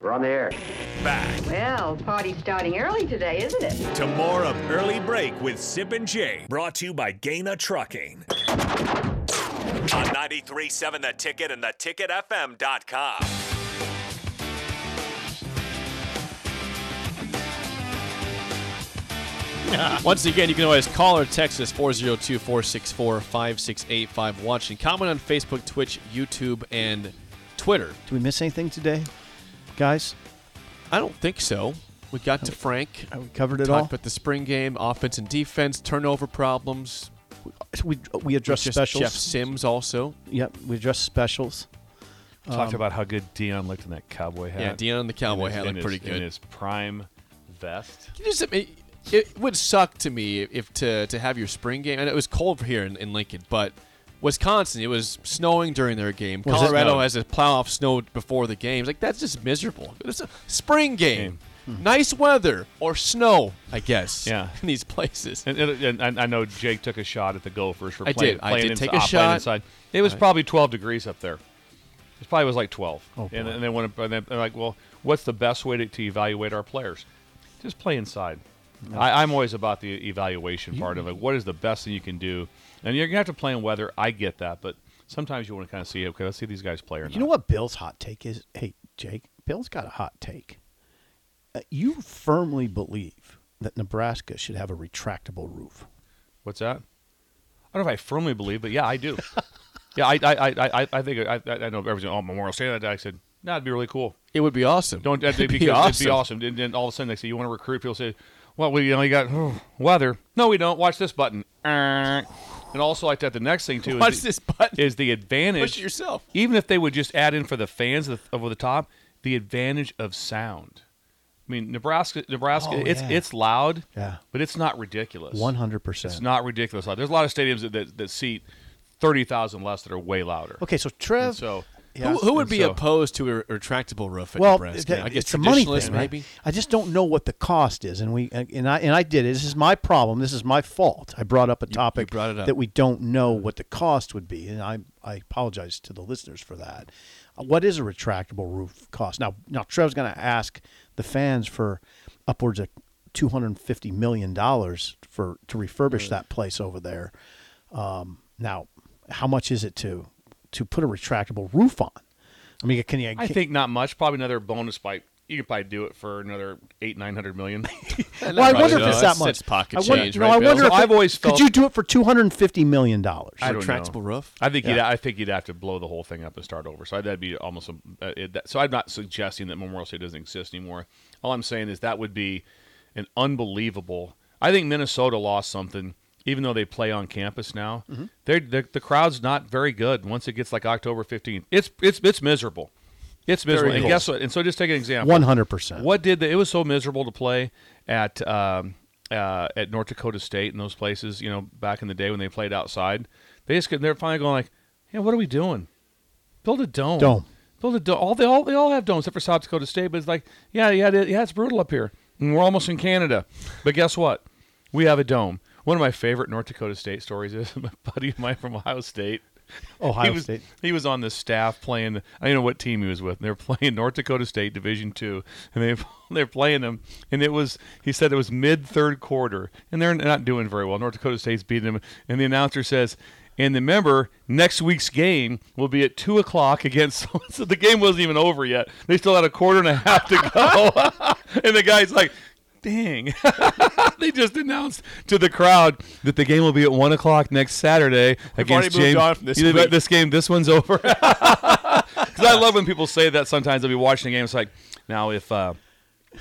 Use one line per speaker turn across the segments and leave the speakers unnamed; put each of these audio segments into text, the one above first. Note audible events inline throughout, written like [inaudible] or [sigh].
We're on the air.
Back
Well, party's starting early today, isn't it?
to more of Early Break with Sip and Jay, brought to you by Gaina Trucking. On 93.7 The Ticket and theticketfm.com.
Once again, you can always call or text us 402 464 5685. Watch and comment on Facebook, Twitch, YouTube, and Twitter.
Do we miss anything today, guys?
I don't think so. We got to Frank.
Uh, We covered it
Talked
all.
about the spring game, offense and defense, turnover problems.
We we addressed
Just
specials.
Jeff Sims also.
Yep, we addressed specials.
Talked about how good Dion looked in that cowboy hat.
Um, Yeah, Dion in the cowboy
In his-
hat
in
looked pretty
his-
good.
In his prime vest.
You just- I mean, it would suck to me if to to have your spring game. And it was cold here in, in Lincoln, but Wisconsin, it was snowing during their game.
Was it?
Colorado
No.
has a plow off snow before the games. Like that's just miserable. It's a spring game,
Hmm.
nice weather or snow, I guess.
Yeah.
in these places.
And, and, and I know Jake took a shot at the Gophers for
I
playing,
did. I
playing
did
ins-
take a
uh, playing
shot.
inside. It was probably 12 degrees up there. It probably was like 12.
Oh,
and,
boy.
and then when and then, they're like, well, what's the best way to, to evaluate our players? Just play inside. I, I'm always about the evaluation part of it. What is the best thing you can do? And you're gonna have to play in weather. I get that, but sometimes you want to kind of see, okay, let's see these guys play or not.
You know what Bill's hot take is? Hey, Jake, Bill's got a hot take. Uh, you firmly believe that Nebraska should have a retractable roof.
What's that? I don't know if I firmly believe, but yeah, I do. [laughs] yeah, I, I, I, I, I think I, I I know everyone's going, oh, Memorial Stadium. I said, no, it'd be really cool.
It would be awesome.
Don't
uh,
[laughs]
that'd
It'd
be, because It'd be awesome. And then all of a sudden they say you want to recruit people say, well, we you know you got oh, weather. No, we don't. Watch this button. And also like that, the next thing too
Watch
is,
this
the,
button.
is the advantage.
Push it yourself.
Even if they would just add in for the fans of the- over the top, the advantage of sound. I mean, Nebraska, Nebraska,
Oh,
it's
yeah.
it's loud,
Yeah.
but it's not ridiculous.
One hundred percent.
It's not ridiculous loud. There's a lot of stadiums that, that, that seat thirty thousand less that are way louder.
Okay, so Trev.
And so
Yeah.
Who, who would
And
be
so-
opposed to a retractable roof at
well,
Nebraska?
th-
I guess
it's a money
traditionalists,
thing, right?
maybe.
I just don't know what the cost is, and we and I and I did it. This is my problem. This is my fault. I brought up a topic
brought it up.
that we don't know what the cost would be, and I I apologize to the listeners for that. Uh, What is a retractable roof cost? Now, now Trev's going to ask the fans for upwards of two hundred and fifty million dollars for to refurbish that place over there. Um, now, how much is it to to put a retractable roof on? I mean, can you?
I think not much. Probably another bonus bite. You could probably do it for another eight nine hundred million.
Well, I
Right,
wonder if
no,
it's that
that's-
much.
that's pocket
I wonder,
change,
you know,
right,
I
Bill?
wonder
So
if
I've
it-
always felt-
could you do it for two hundred and fifty million dollars?
I don't know.
retractable roof.
I think you'd, I think you'd have to blow the whole thing up and start over. So that'd be almost a. Uh, it, that, so I'm not suggesting that Memorial State doesn't exist anymore. All I'm saying is that would be an unbelievable. I think Minnesota lost something, even though they play on campus now. They're, they the crowd's not very good once it gets like October 15th. It's it's it's miserable. It's miserable. And
cold.
guess what? And so just take an example.
One hundred percent.
What did the, it was so miserable to play at um, uh, at North Dakota State and those places? You know, back in the day when they played outside, they just could- they're finally going like, yeah, what are we doing? Build a dome.
Dome.
Build a dome. All they all they all have domes except for South Dakota State, but it's like, yeah, yeah, it- yeah, it's brutal up here, and we're almost in Canada. But guess what? We have a dome. One of my favorite North Dakota State stories is [laughs] my buddy of mine from Ohio State
Oh, Ohio
he was,
State.
He was on the staff playing. I don't know what team he was with. They're [laughs] playing North Dakota State Division Two, and they [laughs] they're playing them. And it was he said it was mid third quarter, and they're not doing very well. North Dakota State's beating them, and the announcer says. And remember, next week's game will be at two o'clock against. [laughs] So the game wasn't even over yet. They still had a quarter and a half to go, [laughs] and the guy's like, "Dang!" [laughs] they just announced to the crowd that the game will be at one o'clock next Saturday against
already moved
James.
on from this
Yeah,
week.
this game, this one's over. [laughs] Because I love when people say that. Sometimes I'll be watching a game. It's like, now if uh,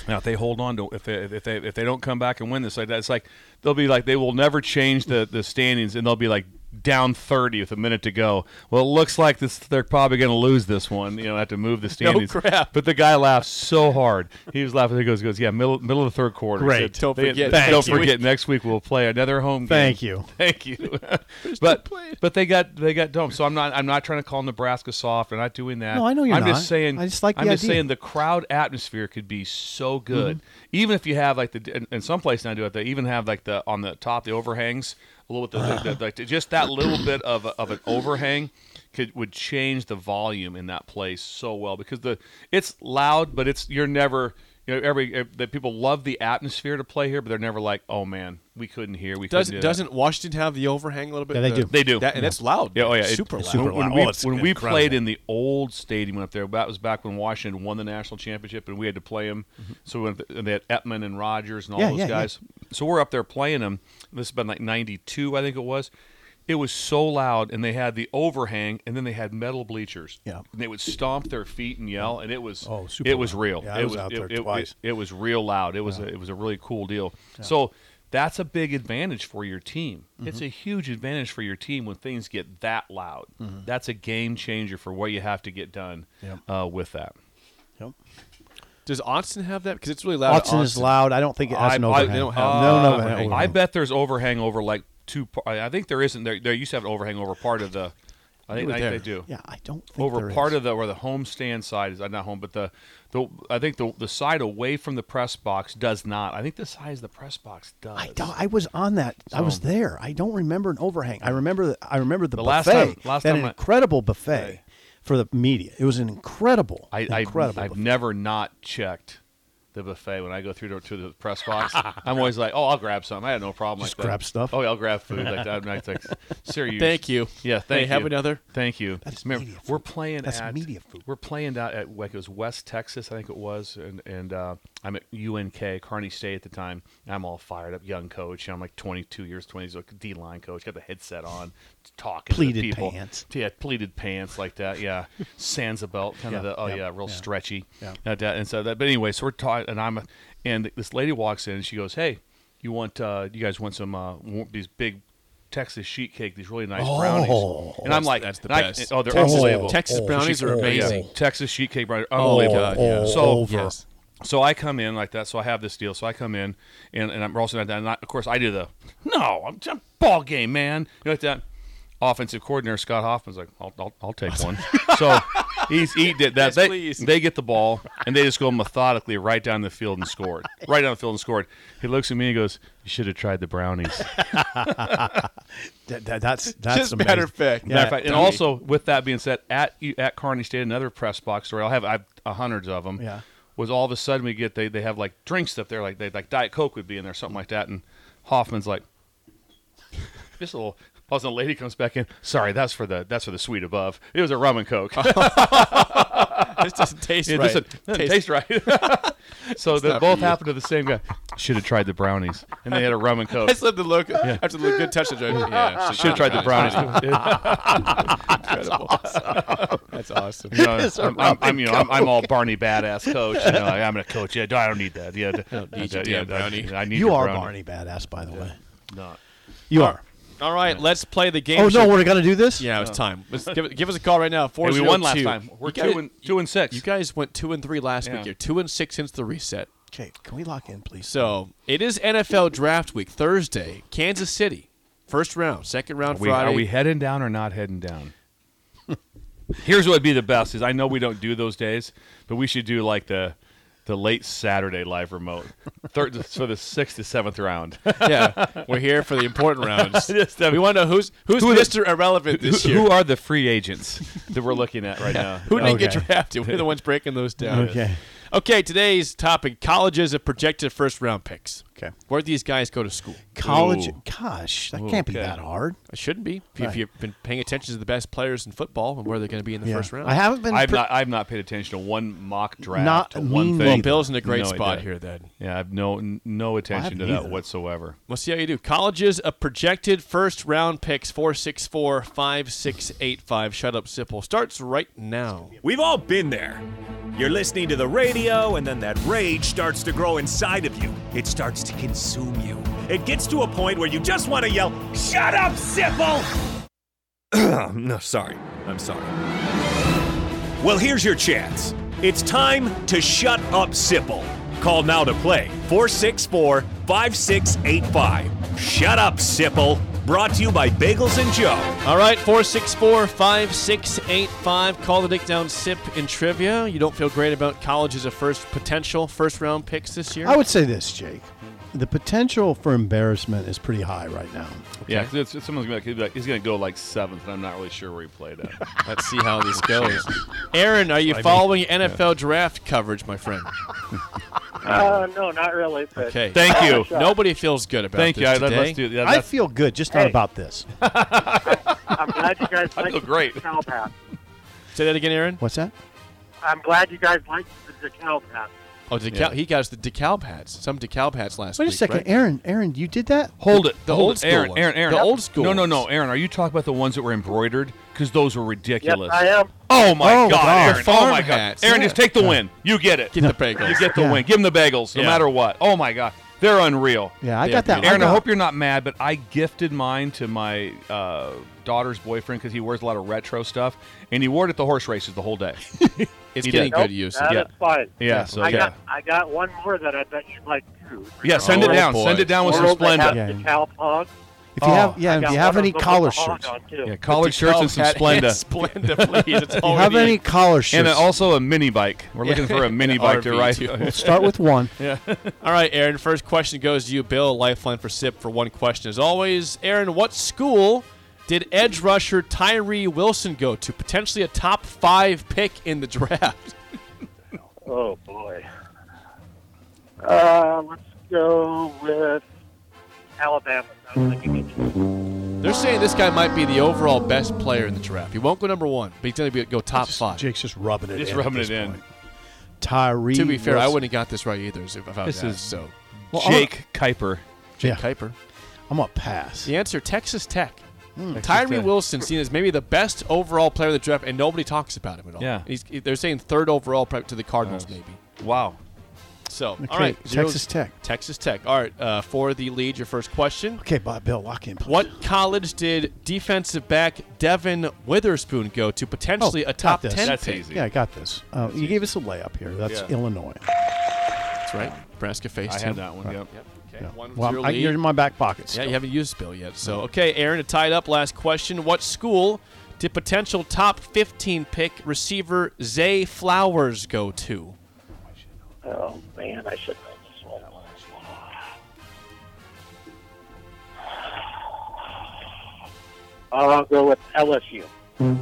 now if they hold on to if they if they if they don't come back and win this like that, it's like they'll be like they will never change the the standings and they'll be like down 30 with a minute to go. Well, it looks like this they're probably going to lose this one. You know, have to move
[laughs]
the standings.
crap.
But the guy laughed so hard. He was laughing. He goes, goes, yeah, middle middle of the third quarter. He
Great.
said,
Don't
they-
forget
Don't
next week.
forget. Next week we'll play another home game.
Thank you.
[laughs] Thank you. [laughs] but but they got they got dumped. So I'm not I'm not trying to call Nebraska soft. I'm not doing that.
No, I know you're
I'm
not.
just saying.
I just like the
I'm just
idea. Mm-hmm.
saying the crowd atmosphere could be so good, even if you have like the and, and some places now do it. They even have like the on the top the overhangs a little bit the, the, the, like, just that little bit of a, of an overhang could would change the volume in that place so well because the it's loud, but it's you're never you know every eh, that people love the atmosphere to play here, but they're never like, oh man, we couldn't hear. We
Does
couldn't do that."
doesn't Washington have the overhang a little bit?
Yeah, they
The-
do.
They do.
That, and that's loud.
Yeah, oh yeah,
It's
it-
super
it's
loud.
super
When, when
loud.
we,
Oh, it's
when we
incredible.
played in the old stadium up there, that was back when Washington won the national championship, and we had to play them. So we went, and they had Etman and Rogers and all
Mm-hmm. Yeah,
those
yeah, yeah.
guys. So we're up there playing them. This has been like '92, I think it was. It was so loud, and they had the overhang, and then they had metal bleachers.
Yeah.
and they would stomp their feet and yell, and it was
Oh, super
it was
loud.
real.
Yeah,
it
I was out
it-
there
it- it-
twice.
it was real loud. It was a, it was a really cool deal. So that's a big advantage for your team. It's a huge advantage for your team when things get that loud. That's a game changer for what you have to get done
Mm-hmm. Yep.
uh, with that.
Yep.
Does Austin have that? Because it's really loud. at
Austin is loud. I don't think it has an
I- I-
overhang.
they don't have
no, no,
an overhang.
uh, I bet there's overhang over like two. par- I I think there isn't. There, there used to have an overhang over part of the. I think,
were
I think
there.
they do.
Yeah, I don't think
over
there
part
is.
of the where the home stand side is uh, not home, but the, the I think the the side away from the press box does not. I think the side of the press box does.
I, don't, I was on that. I was
So-
there. I don't remember an overhang. I remember. The, I remember the,
The
buffet.
last time- last
They had
time
an
I-
incredible buffet for the media. It was an incredible,
I, I
incredible.
I've
buffet.
never not checked the buffet when I go through to, to the press box. I'm always like, oh, I'll grab some. I had no problem
Just
like that.
grab stuff.
Oh, yeah, I'll grab food like that. I'm not like, serious.
Thank you.
Yeah,
Hey,
thank you.
have another?
Thank you.
That's
Remember,
media
We're
food.
playing
That's
at
media food.
We're playing out at like it was West Texas, I think it was, and and uh, I'm at UNK, Kearney State at the time. and I'm all fired up, young coach. I'm like 22 years, 20s, like D line coach, got the headset on, talking
Pleated
to the people.
pants.
Yeah, pleated pants like
[laughs]
that. Yeah, Sansa belt, kind of
Yeah,
the oh
yeah,
yeah, real
yeah.
stretchy.
Yeah.
Like that, and so that. But anyway, so we're talking, and I'm, and this lady walks in, and she goes, "Hey, you want uh, you guys want some uh, wa- these big." Texas sheet cake, these really nice brownies,
Oh.
and I'm
That's-
like,
that's the
and I-
best.
oh, they're
Texas-
unbelievable.
Texas
Oh,
brownies are
she's-
Yeah,
amazing.
Texas sheet cake brownies,
Oh,
unbelievable.
God, yeah.
all
So
over.
Yes.
So I come in like that. So I have this deal. So I come in, and, and I'm also not, not. Of course, I do the no. I'm, i ball game, man. You know like that. Offensive coordinator Scott Hoffman's like, I'll, I'll, I'll take one. so he's eating it. That
Yes,
they,
please.
they get the ball and they just go methodically right down the field and scored. Right down the field and scored. He looks at me and goes, "You should have tried the brownies."
That- that- that's that's
Just
amazing.
matter of fact.
Yeah.
Matter of fact, and also with that being said, at e, at Carney State, another press box story. I'll have I've uh, hundreds of them.
Yeah.
Was all of a sudden we get they they have like drinks up there like they like Diet Coke would be in there something like that, and Hoffman's like, [laughs] just a little. All of a sudden, a lady comes back in. Sorry, that's for the that's for the suite above. It was a rum and
Oh,
coke.
this doesn't taste
[laughs] It
right. [laughs]
doesn't- doesn't taste right. [laughs] so they both happened to the same guy. Should have tried the brownies, and they had
[laughs]
a rum and coke.
I said the look after the good touch. I tried- Yeah,
Should have tried the brownies.
Incredible.
[laughs]
That's awesome.
[laughs]
You know, I'm, I'm, I'm, you know, I'm, I'm all Barney badass coach. You know, like, I'm gonna coach. Yeah, I don't need
[laughs]
that. Yeah, I don't
need your damn brownie.
I, need
You
your
are
brownie.
Barney badass, by the way.
Not. Oh,
You are.
[laughs] All right, let's play the game.
Oh no,
show.
we're gonna do this. Oh,
Yeah, it's time. Let's give, give us a call right now. Four
Oh. Hey, we won last time. We're two and two and six.
You guys went two and three last
Yeah.
week. You're two and six since the reset.
Okay, can we lock in, please?
So it is NFL Draft Week Thursday. Kansas City, first round, second round
are, we,
Friday.
are
[laughs]
we heading down or not heading down? [laughs] Here's what would be the best is I know we don't do those days, but we should do like the the late Saturday live remote third [laughs] for the sixth to seventh round.
yeah, we're here for the important rounds.
Just, uh,
we want to know who's who's
who are the-
Mister Irrelevant [laughs] this
who,
year.
who are the free agents that we're looking at right now? Uh,
Who didn't get
Okay.
drafted? We're the ones breaking those down.
Okay.
Okay, today's topic colleges of projected first round picks.
Okay.
Where these guys go to school.
College,
Ooh.
gosh, that can't be
okay.
that hard.
It shouldn't be. If, you- if
Right.
you've been paying attention to the best players in football and where they're going to be in the
Yeah.
first round.
I haven't been.
I've
pre-
not I've not paid attention to one mock draft.
Not
to one
mean
thing.
either.
Bill's in a great
No
spot
idea.
here then.
Yeah, I have no n- no attention to
haven't
that
either.
whatsoever.
We'll see how you do. Colleges of projected first round picks 464 5685. Shut up, Sipple. Starts right now.
We've all been there. You're listening to the radio, and then that rage starts to grow inside of you. It starts to consume you. It gets to a point where you just want to yell, Shut up, Sipple! [clears throat] no, sorry. I'm sorry. Well, here's your chance. It's time to shut up, Sipple. Call now to play 464 5685. Shut up, Sipple. Brought to you by Bagels and Joe.
All right, 464 5685. Call the dick down sip in trivia. You don't feel great about colleges of first potential first round picks this year?
I would say this, Jake. the potential for embarrassment is pretty high right now.
Yeah, 'cause it's, it's someone's gonna be like, he's gonna go like seventh, and I'm not really sure where he
[laughs]
played at.
Let's see how this goes. Aaron, are you following NFL draft coverage, my friend?
Uh, no, not really. But
Okay.
Thank you.
Nobody feels good about
Thank
this
you. I,
today.
let's do yeah,
I
that's-
feel good, just not
Hey.
about this.
I'm glad you guys
[laughs] I
like
feel great.
the cow path.
Say that again, Aaron.
What's
[laughs]
that?
I'm glad you guys like the decal path.
Oh, decal- he got us the decal hats. Some decal hats last
Wait a
week,
second,
right?
Aaron. Aaron, you did that?
Hold it.
The
Hold
old
it.
school
Aaron,
ones.
Aaron, Aaron.
The old school
No, no, no.
ones.
Aaron, are you talking about the ones that were embroidered? Because those were
Yes,
ridiculous.
I am.
Oh, my
Oh,
God,
wow.
Aaron.
The
Oh,
farm
my God.
hats.
Aaron,
Yeah.
just take the win. You get it.
Get the
[laughs]
bagels.
You get the
Yeah.
win. Give them the bagels, no
Yeah.
matter what. Oh, my God. They're unreal.
Yeah, I
Yeah,
got that.
dude.
Aaron, I
got-
hope you're not mad, but I gifted mine to my uh, daughter's boyfriend because he wears a lot of retro stuff, and he wore it at the horse races the whole day.
It's
He
getting
did.
good
Nope,
use.
that
Yeah.
is fine.
Yeah, so-
I got
Okay.
I got one more that I bet you'd like too.
[laughs] Yeah, send
Oh,
it down.
boy.
Send it down with some
World that
Splenda.
has
Yeah.
the cow pond.
If you
Oh,
have, yeah,
I
if
got
you have
one of
any
them with
collar
the hog
shirts,
on, too.
Yeah, collared shirts and some Splenda.
[laughs] Splenda, please. It's
if
all
you
we
have
need.
any collar shirts,
Oh, And also a mini bike. We're
Yeah.
looking for [laughs] a mini
An
bike to
RV
ride.
too.
[laughs]
start with one.
All right, Aaron. First question goes to you, Bill. Lifeline for sip for one question as always. Aaron, what school did edge rusher Tyree Wilson go to? Potentially a top five pick in the draft.
Oh boy. Uh, let's go with Alabama. I was thinking-
They're saying this guy might be the overall best player in the draft. He won't go number one, but he's going to be, go top five.
Jake's just rubbing it.
Just
in
rubbing
at this
it in.
point. Tyree.
to be fair, I
Wilson.
wouldn't have got this right either. If I was
This
asked,
is-
so.
Jake Kuiper.
Yeah,
Kuiper.
I'm gonna pass.
The answer: Texas Tech. Hmm. Tyree Wilson seen as maybe the best overall player in the draft, and nobody talks about him at all.
Yeah.
he's, they're saying third overall prep to the Cardinals,
Nice.
maybe.
Wow.
So, all
Okay,
right, zero-
Texas Tech.
Texas Tech. All right, uh, for the lead, your first question.
Okay, Bob, Bill, lock in. Please.
What college did defensive back Devin Witherspoon go to? Potentially
Oh,
a top
got this.
ten
That's
pick.
easy.
Yeah, I got this. Uh, you gave us a layup here. That's
Yeah.
Illinois.
That's right. Nebraska faced
I had
him.
that one. Yep.
Yep. Okay.
Yeah.
One
Well,
zero
I,
lead.
you're in my back pocket.
Yeah,
still.
you haven't used Bill yet. So, okay, Aaron, to tie it up, last question. What school did potential top 15 pick receiver Zay Flowers go to?
Oh man, I should know this one. [sighs] I'll go with LSU.
You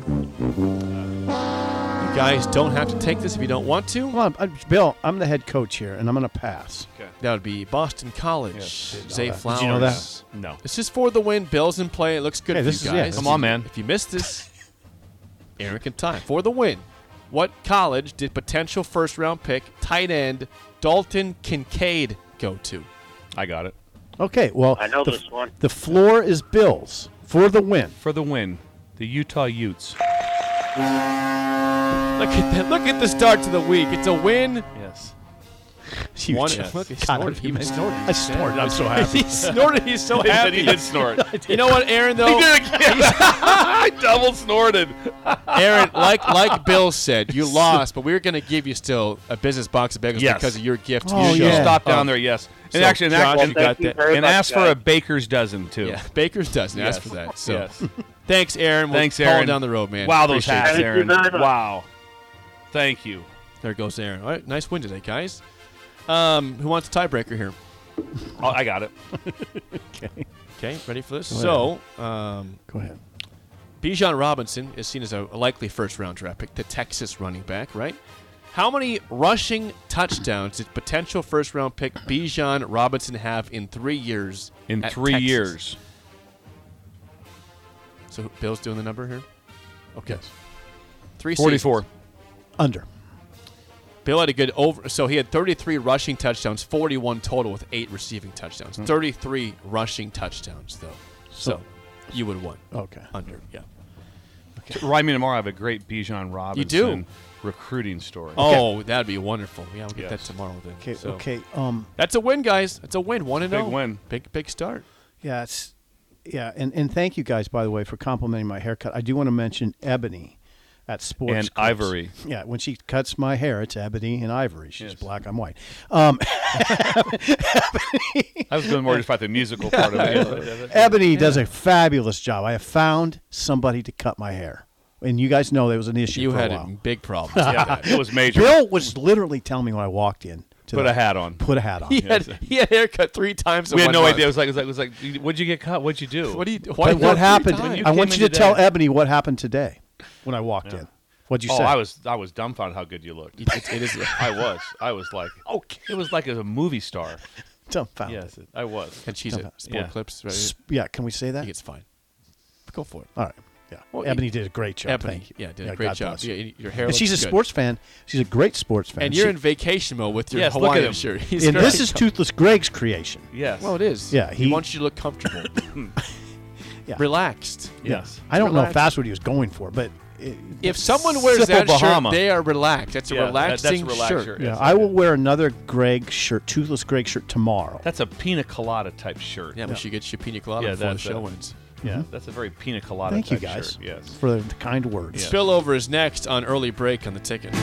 guys don't have to take this if you don't want to.
Well, I'm, i Bill, I'm the head coach here, and I'm gonna pass.
That would be Boston College. Zay
that.
Flowers.
Did you know that?
No.
It's just for the win. Bills in play. It looks good
Hey,
for
this
you
is- yeah,
guys.
this
Come on, is- man.
If you missed this, [laughs] Aaron can tie. For the win, what college did potential first round pick tight end Dalton Kincaid go to?
I got it.
Okay. Well,
I know
the,
this one.
The floor is Bills for the win.
For the win, the Utah Utes.
Look at that. Look at the start to the week. It's a
[laughs]
win.
Yes.
One
Huge.
Look, he
God,
snorted.
I-
He was snorting.
I snorted. I'm so happy.
[laughs] he snorted. He's so
And
happy.
[laughs] he did snort.
You know what, Aaron? Though
[laughs] He did it again. [laughs] I double snorted. [laughs]
Aaron, like like Bill said, you lost, but we are going to give you still a business box of bagels
Yes.
because of your gift. to
Oh,
the
you
show.
yeah.
stop down there, yes. And
So,
actually, and,
Josh,
actually-
you got
Thank you
that.
very
and
much,
ask for
guys.
a baker's dozen too.
Yeah, [laughs] Baker's doesn't ask for that. So,
Yes.
[laughs] thanks, Aaron. We'll
Thanks,
call
Aaron.
down the road, man.
Wow, those
Appreciate it.
hats,
Thank you
Aaron.
very much.
Wow. Thank you.
There goes Aaron. All right, nice win today, guys. Um, who wants a tiebreaker here?
Oh, I got it.
Okay, ready for this?
Go
So, um,
Go ahead.
Bijan Robinson is seen as a likely first round draft pick, the Texas running back, right? How many rushing touchdowns did potential first round pick Bijan Robinson have in three years?
In
at
three
Texas?
years.
So Bill's doing the number here? Okay.
Yes.
Three seasons.
44.
Under.
Bill had a good over. So he had 33 rushing touchdowns, 41 total with eight receiving touchdowns. 33 rushing touchdowns, though. So, you would want
Okay.
under. Yeah.
Remind me tomorrow. I have a great Bijan Robinson
do.
recruiting story.
Oh, that'd be wonderful. Yeah, we'll get
Yes.
that tomorrow then.
Okay.
So-
Okay. Um.
That's a win, guys. That's a win. One and
Big
oh.
win.
Big big start.
Yeah. It's. Yeah. And and thank you guys by the way for complimenting my haircut. I do want to mention Ebony. At sports
And
Clips.
Ivory.
yeah. When she cuts my hair, it's ebony and ivory. She's
Yes.
black. I'm white. Um,
I was going more just about the musical part of it.
Ebony does a fabulous job. I have found somebody to cut my hair, and you guys know there was an issue.
You
for
had
a while.
[laughs]
big problems. with that.
It was major.
Bill was literally telling me when I walked in, to
Put
the-
a hat on.
Put a hat on.
He had he had a haircut three times. In
we had
one
no
month.
idea. It was like, it was like, it was like, what'd you get cut? What'd you do?
What do you? Why
But what
three
happened?
times?
you
I
came
want
in
you to tell
today-
Ebony what happened today when I walked in. What'd you
Oh,
say?
I was I was dumbfounded how good you looked.
It- it is.
I was. I was like,
Okay. Oh.
It was like as a movie star.
dumbfounded.
Yes, I was.
And she's at Sport
Yeah.
Clips. Right?
S- Yeah, can we say
I
that?
think it's fine. Go for it.
All right. Yeah.
Well,
Ebony did a great job.
Ebony,
Thank you.
yeah, did a great
God
job.
bless.
Yeah, y- your hair.
And she's a
looks good.
sports fan. She's a great sports fan.
And you're
She-
in vacation mode with your
Yes, look at
Hawaiian
him.
shirt. He's
and
very
this is Toothless Greg's creation.
Yes.
Well, it is.
Yeah,
he,
he-
wants you to look comfortable,
Yeah.
relaxed.
Yes.
I don't know
Relax.
if that's what he was going for, but it,
If someone wears
Simple
that
Bahama.
shirt, they are relaxed. That's a
Yeah, that- that's
relaxing
a relaxed
shirt.
shirt.
yeah,
Yes,
I will
yeah.
wear another Greg shirt, Toothless Greg shirt tomorrow.
That's a pina colada type shirt.
Yeah, but she gets your pina colada
Yeah,
before the
that's
show
it.
ends.
yeah.
That's a very pina colada
Thank you
type
guys
shirt. Yes.
for the kind words.
Yeah.
Spillover is next on early break on the ticket.